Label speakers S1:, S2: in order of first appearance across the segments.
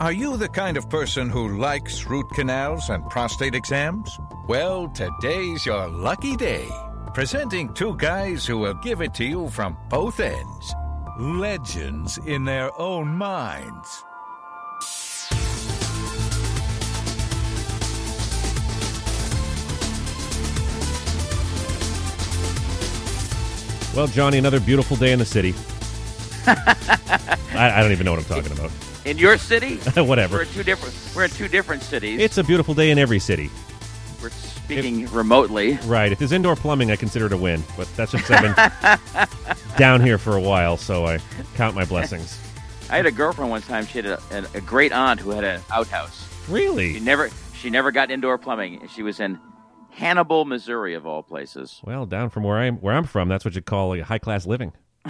S1: Are you the kind of person who likes root canals and prostate exams? Well, today's your lucky day. Presenting two guys who will give it to you from both ends. Legends in their own minds.
S2: Well, Johnny, another beautiful day in the city. I, I don't even know what I'm talking about.
S3: In your city? We're
S2: Whatever.
S3: in two different. We're in two different cities.
S2: It's a beautiful day in every city.
S3: we're speaking remotely.
S2: Right. If there's indoor plumbing, I consider it a win. But that's just seven down here for a while, so I count my blessings.
S3: I had a girlfriend one time. She had a, an- a great aunt who had an outhouse. She
S2: Really?
S3: never. She never got indoor plumbing. She was in Hannibal, Missouri, of all places.
S2: Well, down from where I'm where I'm from, that's what you call a high class living.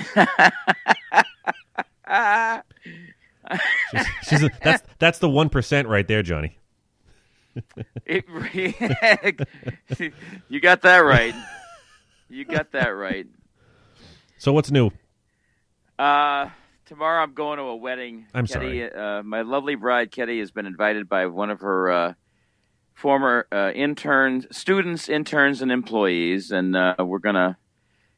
S2: she's, she's a, that's that's the one percent right there, Johnny.
S3: It, you got that right. You got that right.
S2: So what's new?
S3: Uh, tomorrow I'm going to a wedding.
S2: I'm
S3: Ketty, Uh, my lovely bride, Ketty, has been invited by one of her uh, former uh, interns, students, interns, and employees, and uh, we're gonna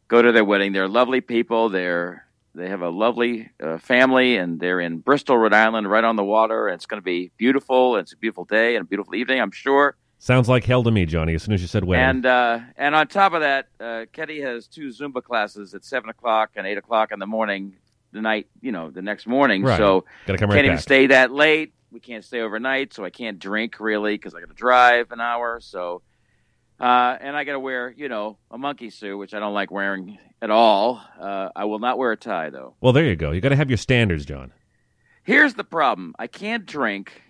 S3: go to their wedding. They're lovely people. They're they have a lovely uh, family, and they're in Bristol, Rhode Island, right on the water. It's going to be beautiful. It's a beautiful day and a beautiful evening, I'm sure.
S2: Sounds like hell to me, Johnny. As soon as you said wedding,
S3: And uh, and on top of that, uh, Ketty has two Zumba classes at seven o'clock and eight o'clock in the morning. The night, you know, the next morning.
S2: Right.
S3: So
S2: gotta come
S3: can't
S2: right
S3: even
S2: back.
S3: stay that late. We can't stay overnight, so I can't drink really because I got to drive an hour. So, uh, and I got to wear, you know, a monkey suit, which I don't like wearing at all. Uh, I will not wear a tie though.
S2: Well, there you go. You got to have your standards, John.
S3: Here's the problem: I can't drink.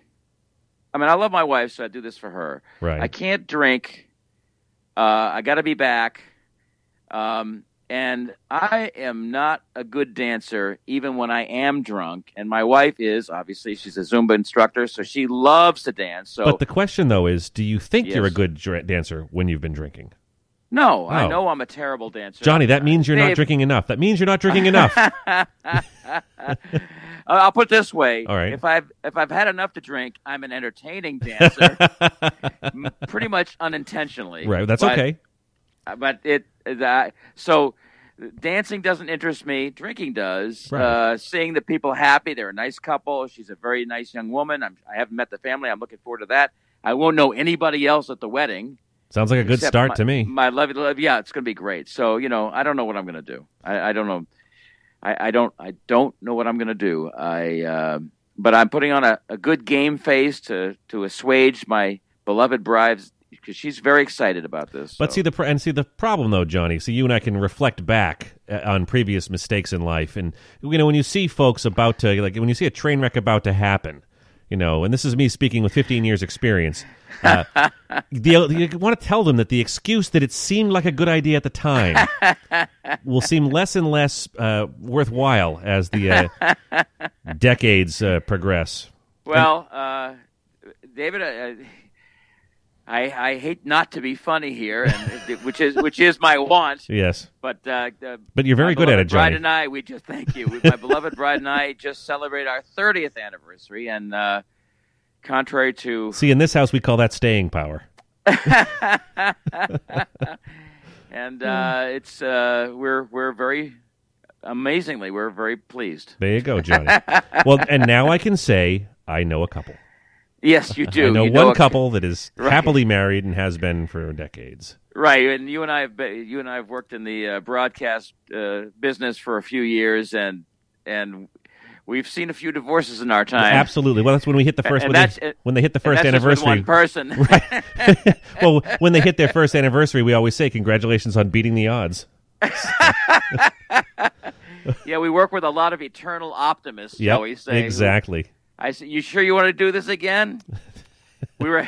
S3: I mean, I love my wife, so I do this for her.
S2: Right.
S3: I can't drink. Uh, I got to be back. Um, and I am not a good dancer, even when I am drunk. And my wife is obviously she's a Zumba instructor, so she loves to dance. So
S2: but the question though is, do you think you're a
S3: Yes.
S2: good dra- dancer when you've been drinking,
S3: no,
S2: Oh.
S3: I know I'm a terrible dancer,
S2: Johnny? That means you're not
S3: Babe.
S2: drinking enough. That means you're not drinking enough.
S3: Uh, I'll put it this way:
S2: All right.
S3: if I've if I've had enough to drink, I'm an entertaining dancer, m- pretty much unintentionally.
S2: right. That's
S3: But-
S2: okay.
S3: Uh, but it that so dancing doesn't interest me drinking does
S2: Right.
S3: uh, seeing the people happy they're a nice couple she's a very nice young woman I'm, i haven't met the family i'm looking forward to that i won't know anybody else at the wedding
S2: Sounds like a good
S3: except
S2: start
S3: my-
S2: to me.
S3: my love, love yeah it's going to be great so you know i don't know what i'm going to do I, I don't know I, I don't i don't know what i'm going to do i uh, but i'm putting on a, a good game face to to assuage my beloved bride's because she's very excited about this
S2: But
S3: so.
S2: see the pr- and see the problem though, Johnny. See you and I can reflect back uh, on previous mistakes in life, and you know when you see folks about to like when you see a train wreck about to happen, you know, and this is me speaking with 15 years experience. Uh, the, you want to tell them that the excuse that it seemed like a good idea at the time will seem less and less uh, worthwhile as the uh, decades uh, progress.
S3: Well, uh, David, uh, I I hate not to be funny here, and which is which is my want.
S2: Yes,
S3: But uh, uh,
S2: but you're very
S3: my
S2: good at
S3: beloved
S2: it,
S3: Bride
S2: Johnny.
S3: and I, we just thank you. My beloved bride and I just celebrated our thirtieth anniversary, and uh, contrary to
S2: See, in this house, we call that staying power.
S3: and uh,
S2: Hmm.
S3: it's uh, we're we're very amazingly we're very pleased.
S2: There you go, Johnny. well, and now I can say I know a couple.
S3: Yes, you do.
S2: I know
S3: You
S2: one
S3: a-
S2: couple that is
S3: Right.
S2: happily married and has been for decades.
S3: Right, and you and I have been, you and I have worked in the uh, broadcast uh, business for a few years, and and we've seen a few divorces in our time.
S2: Absolutely. Well, that's when we hit the first
S3: And
S2: when
S3: that's-
S2: they, when they hit the
S3: And
S2: first
S3: that's just with
S2: anniversary.
S3: one person.
S2: Right. well, when they hit their first anniversary, we always say congratulations on beating the odds.
S3: yeah, we work with a lot of eternal optimists.
S2: Yeah,
S3: shall we say who-
S2: exactly.
S3: I said, "You sure you want to do this again?" we were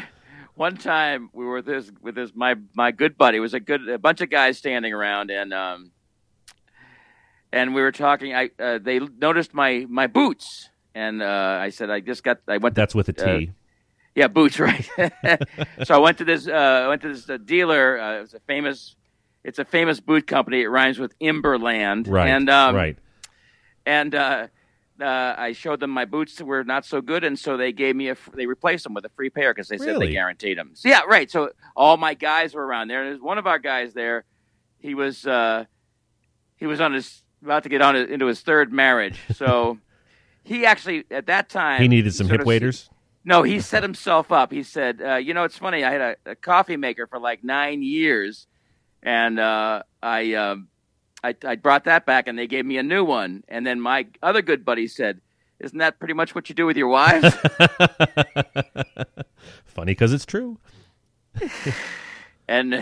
S3: one time we were with this with this my my good buddy. It was a good a bunch of guys standing around and um and we were talking. I uh, they noticed my my boots and uh, I said I just got I went to
S2: That's with a T.
S3: Uh, yeah, boots, right? so I went to this. Uh, I went to this uh, dealer. Uh, it's a famous. It's a famous boot company. It rhymes with Imberland. um,
S2: right.
S3: And um,
S2: right.
S3: And uh, uh, I showed them my boots were not so good, and so they gave me a f- they replaced them with a free pair because they said
S2: Really?
S3: they guaranteed them. So yeah, right. So all my guys were around there, and there's one of our guys there. He was uh, he was on his about to get on his, into his third marriage, so he actually at that time
S2: He needed some
S3: sort
S2: hip
S3: of-
S2: waiters.
S3: no, he set himself up. He said, uh, "You know, it's funny. I had a, a coffee maker for like nine years, and uh, I, um I I brought that back, and they gave me a new one. And then my other good buddy said." Isn't that pretty much what you do with your wives?
S2: Funny because it's true.
S3: and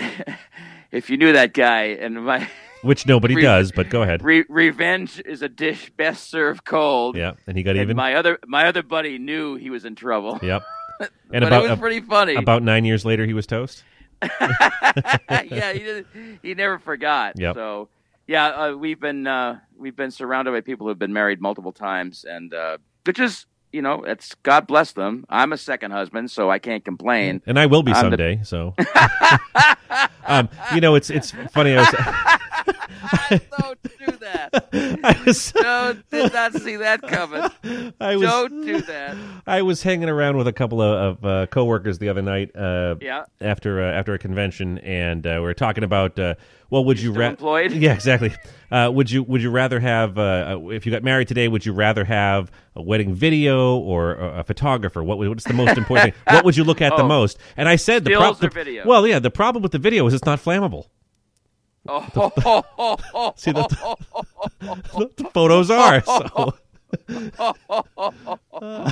S3: if you knew that guy, and my
S2: Which nobody
S3: Re-
S2: does, but go ahead.
S3: re- revenge is a dish best served cold.
S2: yeah, and he got
S3: And
S2: even.
S3: my other my other buddy knew he was in trouble.
S2: yep. And
S3: but
S2: about uh,
S3: it was pretty funny.
S2: about nine years later, he was toast.
S3: yeah, he did, he never forgot.
S2: Yep.
S3: So yeah, uh, we've been uh, we've been surrounded by people who've been married multiple times, and uh, which is you know it's God bless them. I'm a second husband, so I can't complain.
S2: And I will be
S3: I'm the-
S2: someday. So, um, you know, it's it's funny. I was,
S3: Don't do that.
S2: I was,
S3: Don't did not see that coming.
S2: I was
S3: Don't do that.
S2: I was hanging around with a couple of, of uh, coworkers the other night uh,
S3: Yeah.
S2: after uh, after a convention, and uh, we were talking about uh, well, would you
S3: still
S2: ra-
S3: employed?
S2: Yeah, exactly. Uh, would you would you rather have uh, uh, if you got married today? Would you rather have a wedding video or a, a photographer? What would- what's the most important thing? What would you look at the
S3: Oh.
S2: most? And I said the, prob-
S3: Stills or
S2: the-
S3: video?
S2: Well, yeah, the problem with the video is it's not flammable.
S3: Oh,
S2: See, the, the photos are. So uh,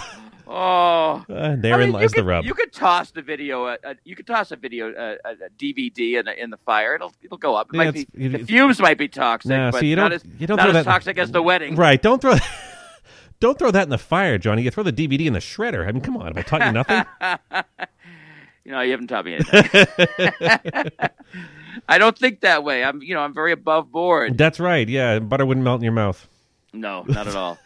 S2: uh,
S3: oh. I
S2: therein
S3: mean, you
S2: lies the
S3: could-
S2: rub.
S3: You could toss the video. Uh, uh, you could toss a video, uh, a a DVD, in, a, in the fire. It'll it'll go up. It
S2: Yeah,
S3: might
S2: it's-
S3: be,
S2: it-
S3: the fumes might be toxic,
S2: Nah,
S3: but
S2: see, you
S3: not
S2: don't-
S3: as
S2: you don't
S3: not
S2: throw
S3: as
S2: that-
S3: toxic as the wedding.
S2: Right. Don't throw don't throw that in the fire, Johnny. You throw the DVD in the shredder. I mean, come on. Have I taught you nothing?
S3: You know, you haven't taught me anything. I don't think that way. I'm you know I'm very above board.
S2: That's right. Yeah, butter wouldn't melt in your mouth.
S3: No, not at all.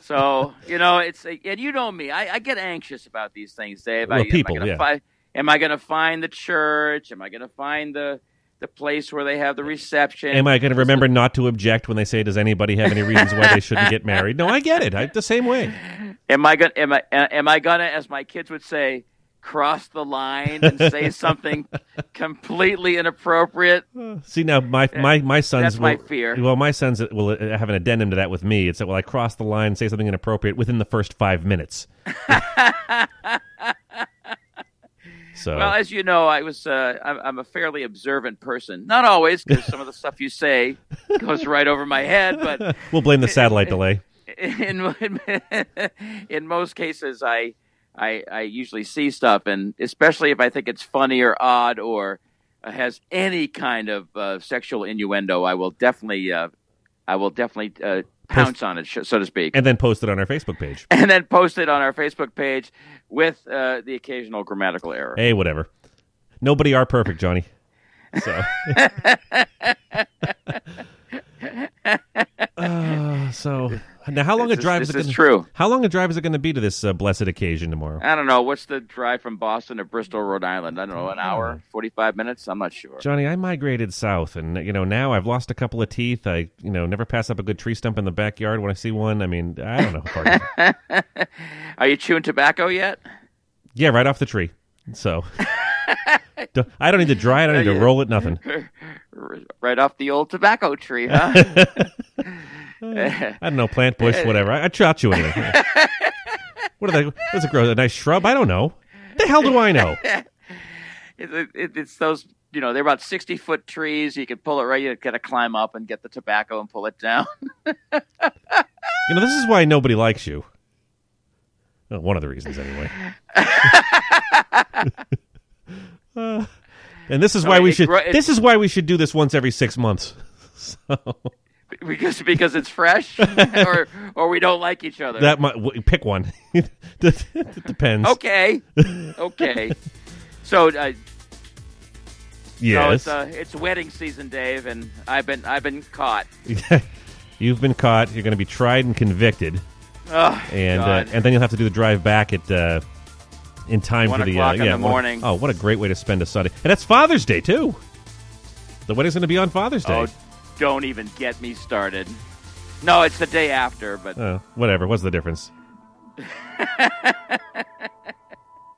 S3: So you know it's and you know me. I, I get anxious about these things, Dave. I,
S2: Well, people,
S3: am I gonna
S2: yeah.
S3: fi- am I going to find the church? Am I going to find the the place where they have the reception?
S2: Am I going to remember not to object when they say, "Does anybody have any reasons why they shouldn't get married?" No, I get it. I, the same way.
S3: Am I gonna am I am I gonna, as my kids would say, cross the line and say something completely inappropriate?
S2: Uh, See now, my my my sons
S3: That's
S2: will,
S3: my fear.
S2: Well, my sons will uh, have an addendum to that with me. It's that well, I cross the line, say something inappropriate within the first five minutes. so
S3: Well, as you know, I was uh, I'm, I'm a fairly observant person. Not always, because some of the stuff you say goes right over my head. But
S2: we'll blame the satellite delay.
S3: in in most cases, I I, I usually see stuff, and especially if I think it's funny or odd or has any kind of uh, sexual innuendo, I will definitely uh, I will definitely uh, pounce on it, sh- so to speak,
S2: And then post it on our Facebook page.
S3: and then post it on our Facebook page with uh, the occasional grammatical error.
S2: Hey, whatever. Nobody are perfect, Johnny. So. Uh, so now, how long
S3: This
S2: a
S3: is-
S2: drive
S3: this
S2: it?
S3: is
S2: gonna,
S3: true.
S2: How long a drive is it going to be to this uh, blessed occasion tomorrow?
S3: I don't know what's the drive from Boston to Bristol, Rhode Island. I don't know, an hour, forty-five minutes. I'm not sure.
S2: Johnny, I migrated south, and you know now I've lost a couple of teeth. I, you know, never pass up a good tree stump in the backyard when I see one. I mean, I don't know. how far you-
S3: Are you chewing tobacco yet?
S2: yeah, right off the tree. So Don't- I don't need to dry it. I don't need to roll it. Nothing.
S3: right off the old tobacco tree, huh?
S2: I don't know, plant, bush, whatever. I, I shot you anyway. what are they? Does it grow? A nice shrub? I don't know. The hell do I know?
S3: it, it, it's those, you know, they're about 60 foot trees. You can pull it right. You got to climb up and get the tobacco and pull it down.
S2: You know, this is why nobody likes you. Well, one of the reasons, anyway. Uh, and this is why
S3: No,
S2: we
S3: it
S2: should.
S3: grow- it-
S2: this is why we should do this once every six months.
S3: because because it's fresh or or we don't like each other.
S2: That might w- pick one. it depends.
S3: okay. Okay. so, uh, so
S2: Yes.
S3: it's uh, it's wedding season, Dave, and I've been I've been caught.
S2: You've been caught. You're going to be tried and convicted,
S3: Oh,
S2: and uh,
S3: God.
S2: and then you'll have to do the drive back at uh, in time
S3: One
S2: for the uh,
S3: o'clock in
S2: yeah
S3: the
S2: what a-
S3: morning.
S2: oh, what a great way to spend a Sunday! And that's Father's Day too. The wedding's going to be on Father's Day.
S3: oh, don't even get me started. No, it's the day after, but Oh.
S2: Oh, Uh, whatever. What's the difference?